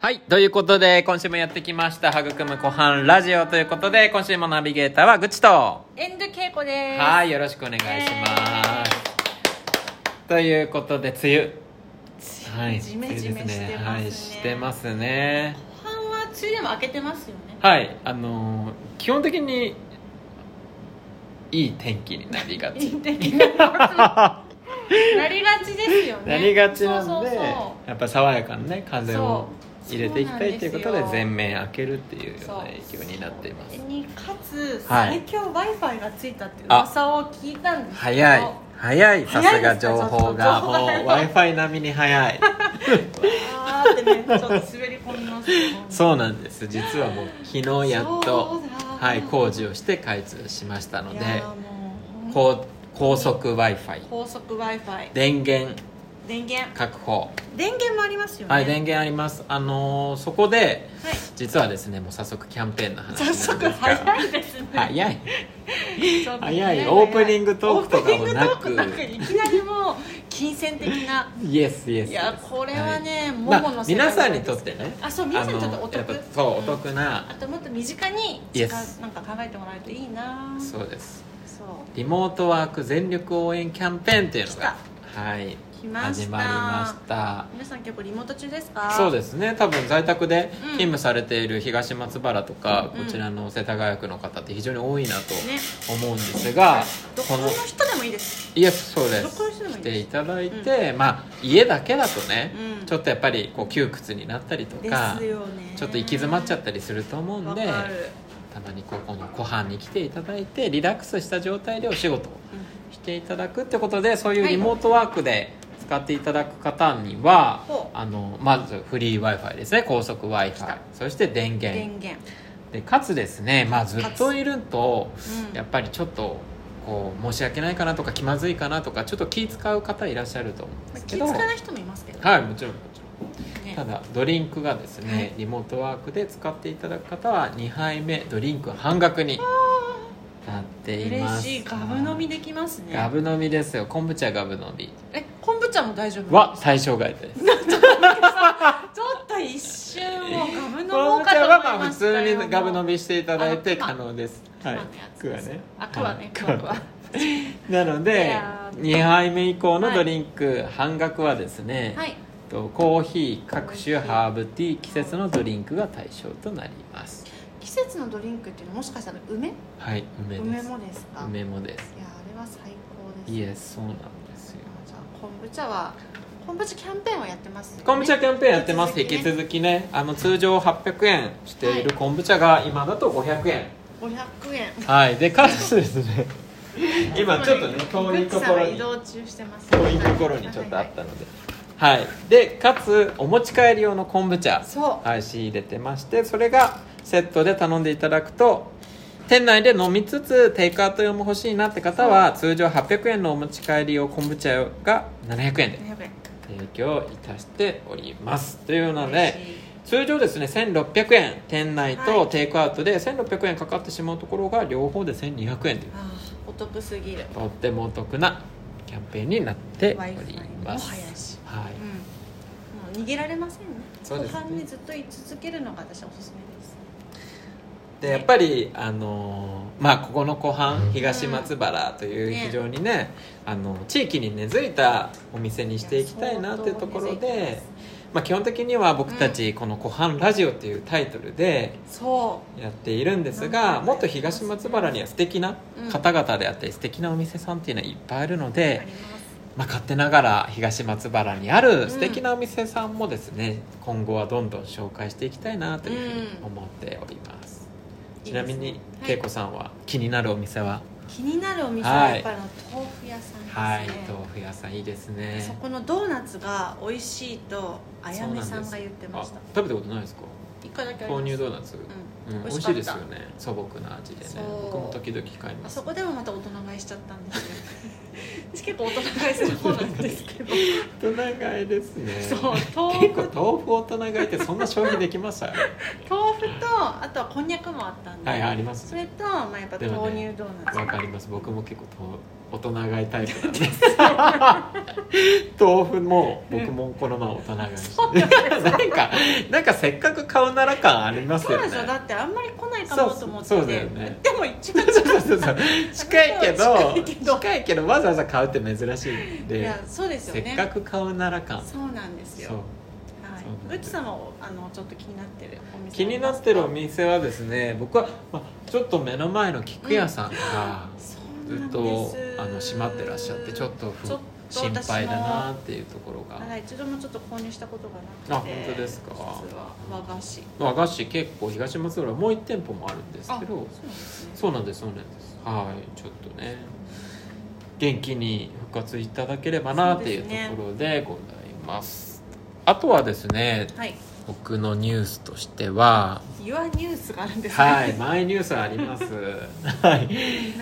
はい。ということで、今週もやってきました、育む湖畔ラジオということで、今週もナビゲーターはぐちと。エンドケイコです。はい。よろしくお願いします。ということで、梅雨。はい。ジメジメ梅雨ですしてまはい。してますすねね。後半は梅雨でも明けてますよね。はい。あのー基本的に、いい天気になりが いち。い天気になりがちなりがちですよね。なりがちなんでそうそうやっぱ爽やかなね風をそう入れていきたいということでそうなんですよ全面開けるっていうようなそう影響になっていますそうにかつはい最強 w i f i がついたっていう噂を聞いたんですけど早い早いさす早いがですか情報がちょもっうと情報が w i f i 並みに早いあーってねちょっと滑り込みますけどそうなんです実はもう昨日やっそとうだはい工事をして開通しましたのいでやーもう高高速 w i f i 高速 w i f i 電源電源確保電源もありますよねはい電源ありますあのーそこではい実はですねもう早速キャンペーンの話なん早ですが速早いですね早いちょっとね早いオープニングトークとかもなくオープニングトークいきなりもう金銭的なイエスイエスいやこれはね、もまものあ、世界皆さんなにですとってねあそう皆さんにとってあおのや得ぱそうおん得な、あともっと身近に Yes なんか考えてもらえるといいなうそうですそうリモートワーク全力応援キャンペーンっていうのがはい来ました始まりました皆さん結構リモート中ですかそうですね多分在宅で勤務されている東松原とか、うんこちらの世田谷区の方って非常に多いなねと思うんですが、どここのの人でもいいですイエスそうでどすこの人でも来いいていですただいて、まあ家だけだとね、うんちょっとやっぱりこう窮屈になったりとかですよねちょっと行き詰まっちゃったたりすると思うんわでかる、たまにここの湖畔に来ていただいてリラックスした状態でお仕事をうんしていただくってことでそういうはいリモートワークで使っていただく方には、ほうあのまずフリー w i f i ですね高速 w i f 来た i そして電源電源でかつですね、まあ、ずっといるとうんやっぱりちょっとこう申し訳ないかなとか気まずいかなとかちょっと気使う方いらっしゃると思うんですけ気ど付かない人もいますけどはいもちろんもちろんねただドリンクがですね、はいリモートワークで使っていただく方は2杯目ドリンク半額になっていま嬉すしいガブ飲みできますねガブ飲みですよ昆布茶ガブ飲みえ昆布茶も大丈夫は対象外ですちょっと一瞬もうガブ飲も昆布う茶かとはま思いあま普したよ通にガブ飲みしていただいてあの可能ですはい熊のやつクではすねあクワねいクワクワ なのいでやー2杯目以降のドリンク半額はですね、はいとコーヒー各種ハーブティー季節のドリンクが対象となります季節のドリンクっていうのはもしかしたら梅はい梅です梅もですかいや梅もですあれは最高ですいえそうなんですよじゃあ昆布茶は昆布茶キャンペーンはやってますよね昆布茶キャンペーンやってます引引きき続続きねあの通常800円している昆布茶が今だと500円500円はいでかつですね今ちょっとね遠いところグッチさんは移に動中してます遠いところにちょっとあったのではいでかつお持ち帰り用の昆布茶そうはい仕入れてましてそれがセットで頼んでいただくと店内で飲みつつテイクアウト用も欲しいなって方は通常800円のお持ち帰り用昆布茶が700円で200円提供いたしておりますというの嬉でしい通常ですね1600円店内とはいテイクアウトで1600円かかってしまうところが両方で1200円というあーお得すぎるとってもお得なキャンペーンになってお Wi-Fi りもます早いしはういんもう逃げられませんねそうですね後半にずっと居続けるのが私はおすすめですでやっぱりあのーまあここの湖畔東松原というね非常にねあの地域に根付いたお店にしていきたいなっていうところで、まあ、基本的には僕たちこの「湖畔ラジオ」っていうタイトルでそやっているんですながんかもっと東松原には素敵なうん方々であったり素敵なお店さんっていうのはいっぱいあるのうあでり、ますまあ、勝手ながら東松原にある素敵なお店さんもですね、今後はどんどん紹介していきたいなというふうに思っております、うんちなみいいにですね恵子さんは気になるお店は気になるお店ははいやっぱりあの豆腐屋さんですね、はい、豆腐屋さんいいですねそこのドーナツが美味しいとあやめさんが言ってましたあ食べたことないですか一回だけありま豆す乳ドーナツ、ううんん美味しいですよね素朴な味でねそう僕も時々買いあますそこでもまた大人買いしちゃったんですよ 私結構大人買いする方なんですけど 大人買いですねそう豆結腐構豆腐大人買いってそんな消費できました は豆腐とあとはこんにゃくもあったんで、いありますそれと、まあ、やっぱでも豆ね乳ドーナツ、わかります僕も結構と大人買いタイプなんです 豆腐も僕もこのまま大人買いしてなんかなんかせっかく買うなら感ありますそうよなんねですよだってあんまり来ないかもと思ってそうそうてだよねでも一番そうそうそう近いけど近いけど近いけどわざわざ買うって珍しいんいでやそうですよせねっかく買うなら感そうなんですよそうはそうなんですい、ようちさんもあのちょっと気になってるお店気になってるおあり店はですね僕は、まあ、ちょっと目の前の菊屋さんがますかずっそうとなんですあの閉まってらっしゃってちょっとふちょっ心と配だなっ私もていうところまがだ一度もちょっと購入したことがなくてあ本当ですか実は和菓子和菓子結構東松浦もう1店舗もあるんですあけどそうなんですねそうなんですそうなんですはいちょっとね元気に復活いただければなっていうところでございますあとはですねはい僕のニュースとしては Your News があるんですねはいマイニュースありますはい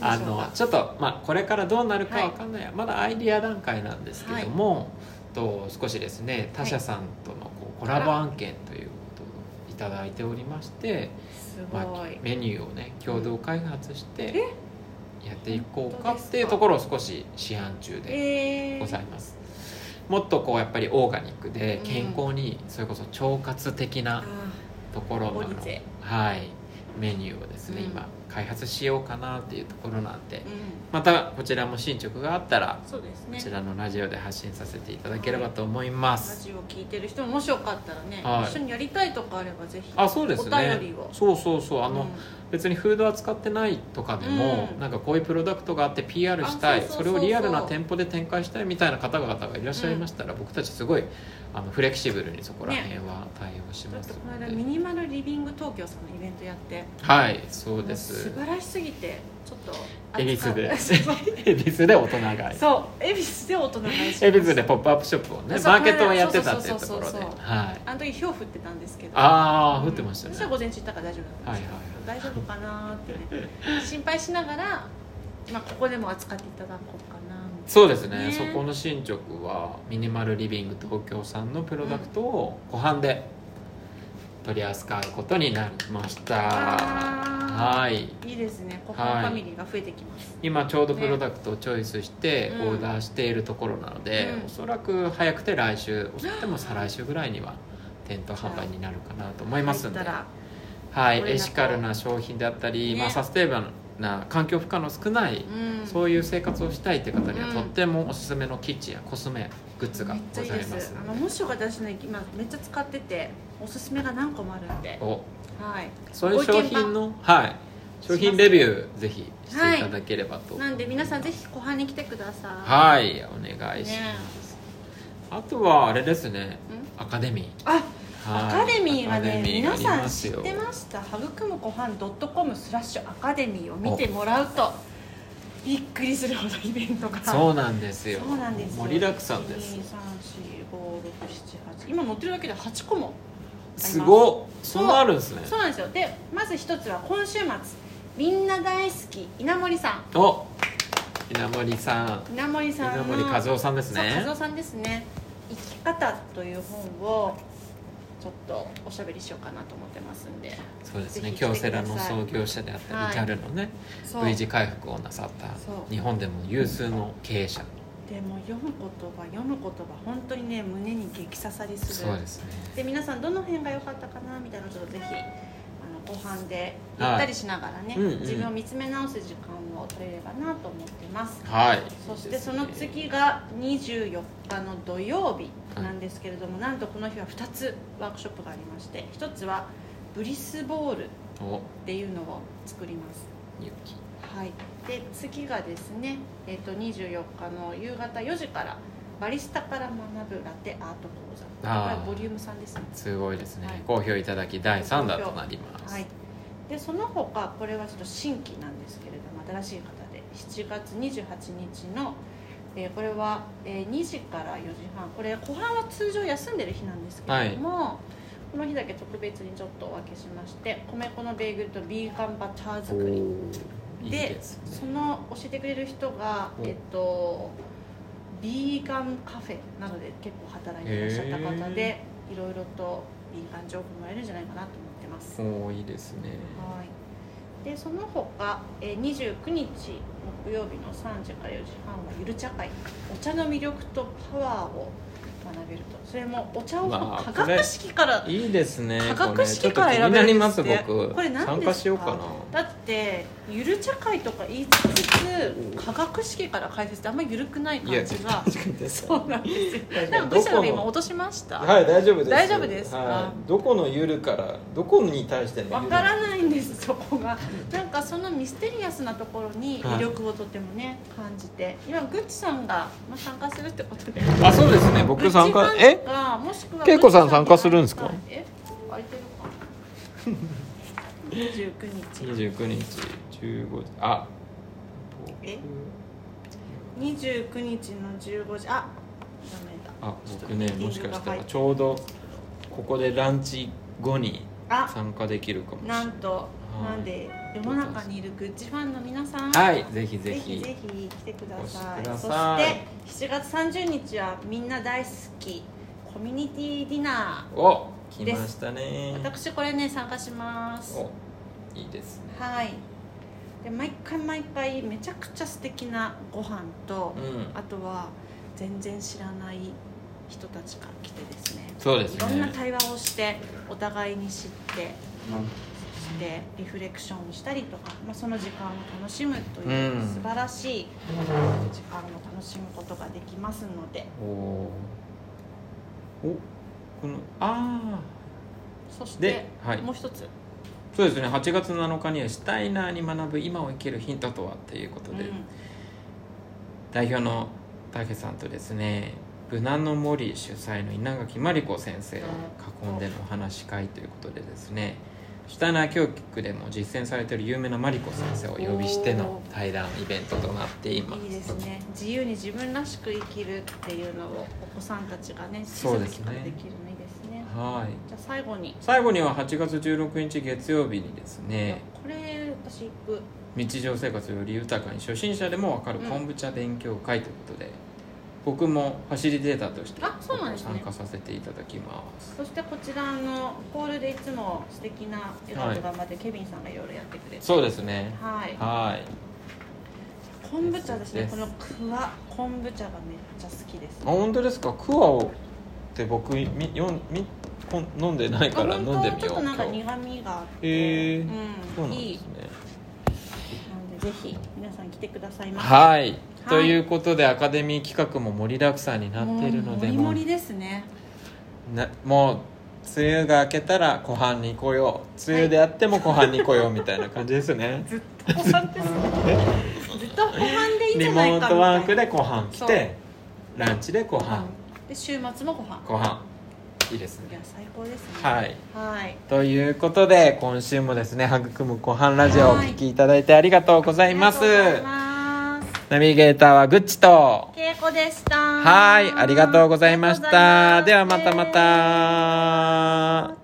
あ 何でしょうのかちょっと、まあ、これからどうなるかわかんない、まだアイディア段階なんですけども、と少しですね他社さんとのこうコラボ案件ということをいただいておりまして、すまあごい、メニューをね共同開発してやっていこうか本当っですかていうところを少し試案中でえー、ございます。もっとこうやっぱりオーガニックで健康にそれこそ腸活的な、あところのオリゼはい、メニューをですね、うん今開発しようかなっていうところなんでーうんまたこちらも進捗があったらそうですこねちらのラジオで発信させていただければと思いまラす、ジオ聞いてる人ももしよかったらね、はい一緒にやりたいとかあればぜひあそうですお便ねりをそうそうそうあの、うん別にフードは使ってないとかでも、うんなんかこういうプロダクトがあって PR したいあそそうそうそうそうれをリアルな店舗で展開したいみたいな方々がいらっしゃいましたら、僕たちすごいあのフレキシブルにそこら辺は対応しだまってすこのので、間ミニマルリビング東京さんのイベントやってはいそうですもう素晴らしすぎてちょっと恵比寿で そうそう恵比寿で大人買いそう恵比寿で大人買いしました恵比寿でポップアップショップをねそうマーケットをやってたっていうところでそうそうそうそうはいあの時ひょう降ってたんですけどああうん降ってましたねそしたら午前中行ったから大丈夫だったんですよは大丈夫かなーってね心配しながら、まあ、ここでも扱っていただこうかなみそうですねねそこの進捗はミニマルリビング東京さんのプロダクトを湖畔で取り扱うことになりましたわーはいたいないいですねごは飯いファミリーが増えてきます、今ちょうどプロダクトをチョイスしてねうんオーダーしているところなので、うんおそらく早くて来週遅くても再来週ぐらいには店頭販売になるかなと思います入んっでたらはい、これだとエシカルな商品であったり、ねまあ、サステイバルな環境負荷の少ない、うんそういう生活をしたいって方には、うんとってもおすすめのキッチンやコスメグッズがめっちゃごいいざでいますすあのもしよかったら私ね今めっちゃ使ってておすすめが何個もあるんでおはいそういう商品の、はい、商品レビューぜひしていただければと、なんで皆さんぜひ後半に来てくださいはいお願いします、あとはあれですねアカデミーあはいアカデミーアがカデねミー皆ありさんます知よってました「育むごはん .com」スラッシュアカデミーを見てもらうとびっくりするほどイベントがそうなんですよそうなんですよもうリラックさんです1234567今載ってるだけで8個もますすごっそんなあるんですねそうなんですよでまず一つは今週末みんな大好き稲森さんお稲森さん稲森さん稲の森和夫さんですそうね和夫さんですね「生き方」という本をちょっとおしゃべりしようかなと思ってますんでそうですねぜひ来て京くだセさいラの創業者であったはりい JAL、のねそう V 字回復をなさったそう日本でも有数の経営者でも読む言葉読む言葉本当にね胸に激刺さりするそうですねで皆さんどの辺が良かったかなみたいなことをぜひあの後半でゆったりしながらはね、いうんうん自分を見つめ直す時間を取れればなと思ってますはいそしてその次が24日の土曜日なんですけれども、なんとこの日は2つワークショップがありまして1つはブリスボールっおていうのを作りますゆきはい、で次がですね、えっと24日の夕方4時からバリスタから学ぶラテアート講座あこーれはボリューム3ですねすごいですね、はい好評いただき第3弾となります、はいでその他これはちょっと新規なんですけれども新しい方で7月28日の、えーこれは、えー2時から4時半これ後半は通常休んでる日なんですけれども、この日だけ特別にちょっとお分けしまして米粉のベーグルとビーガンバターお作りーいいでですそねの教えてくれる人がおえっとビーガンカフェなどで結構働いていらっしゃった方でいろいろとビーガン情報もらえるんじゃないかなと思ってます、おーいいですねはい、でその他、えー、29日木曜日の3時から4時半はゆる茶会お茶の魅力とパワーを学べるとそれもお茶をまあ科これ学式からいいですね価こ格れちょ式っとから気選にべなるりんまですすって僕これ何参ですか加しようかなだってゆる茶会とか言いつつ科学式から解説ってあんまりゆるくないいや感じが確かに確かそうなんですよになんかど武者この今の落としました、はい大丈夫です大丈夫ですかはい、どこのゆるからどこに対してのゆわるからないんですそこがなんかそのミステリアスなところに魅力をとてもね感じて今グッチさんがまあ参加するってことであそうですね僕参加えかもしくは恵子さん参加するんですかえ空いてるかな29日 29日15時あえ29日の15時あダメだあ僕ねもしかしたらちょうどここでランチ後にあ参加できるかもしれなないんとはいなんで世の中にいるグッチファンの皆さんはいぜひぜぜひひぜひ来てくださいお越しくださいそして7月30日はみんな大好きコミュニティディナお来ましたねー私これね参加しますおいいですねはいで毎回毎回めちゃくちゃ素敵なご飯と、うんあとは全然知らない人たちが来てですねそうですいねろんな対話をしてお互いに知ってそしてリフレクションしたりとか、まあ、その時間を楽しむといううん素晴らしい時間を楽しむことができますので、おおおこのああそしでて、はいもう一つ、そうですね8月7日には「シュタイナーに学ぶ今を生きるヒントとは」ということうんで、代表の武さんとですね無難の森主催の稲垣真理子先生を囲んでのお話し会ということでですねシュタイナー教育でも実践されている有名な真理子先生をお呼びしての対談イベントとなっていますいいですね自由に自分らしく生きるっていうのをお子さんたちがねそうですね小さな時からできるのいいですねはいじゃあ最後に、最後には8月16日月曜日にですねこれ私行く日常生活をより豊かに初心者でも分かるうん昆布茶勉強会ということで、僕もファシリテーターとしてあそうなんですね参加させていただきますそしてこちらのホールでいつも素敵な笑顔と頑張って、ケビンさんがいろいろやってくれてそうですねはいはい昆布茶ですねですこのクワ昆布茶がめっちゃ好きですあ本当ですかクワをって僕みよんみこん飲んでないから飲んでみちょよっうとなんか今日苦みがあって、へーそううなんん、ですねいいなんでぜひ皆さん来てくださいませはい、ということでアカデミー企画も盛りだくさんになっているのでもうももりもりです ねうなもう梅雨が明けたら湖畔に来よう梅雨であっても湖畔に来ようみたいな感じですねずっと後半ですねずっと後半でいいんじリゃモなーいかみたいトなワークで湖畔来てランチで湖畔で週末もご飯湖畔いいですいやね最高ですねはいはいということで今週もですね「育む湖畔ラジオ」おはい聴きいただいてありがとうござあいりまがすとうございますナビゲーターはグッチとけいこでしたはいありがとうございましたではまたまありがとうございましたた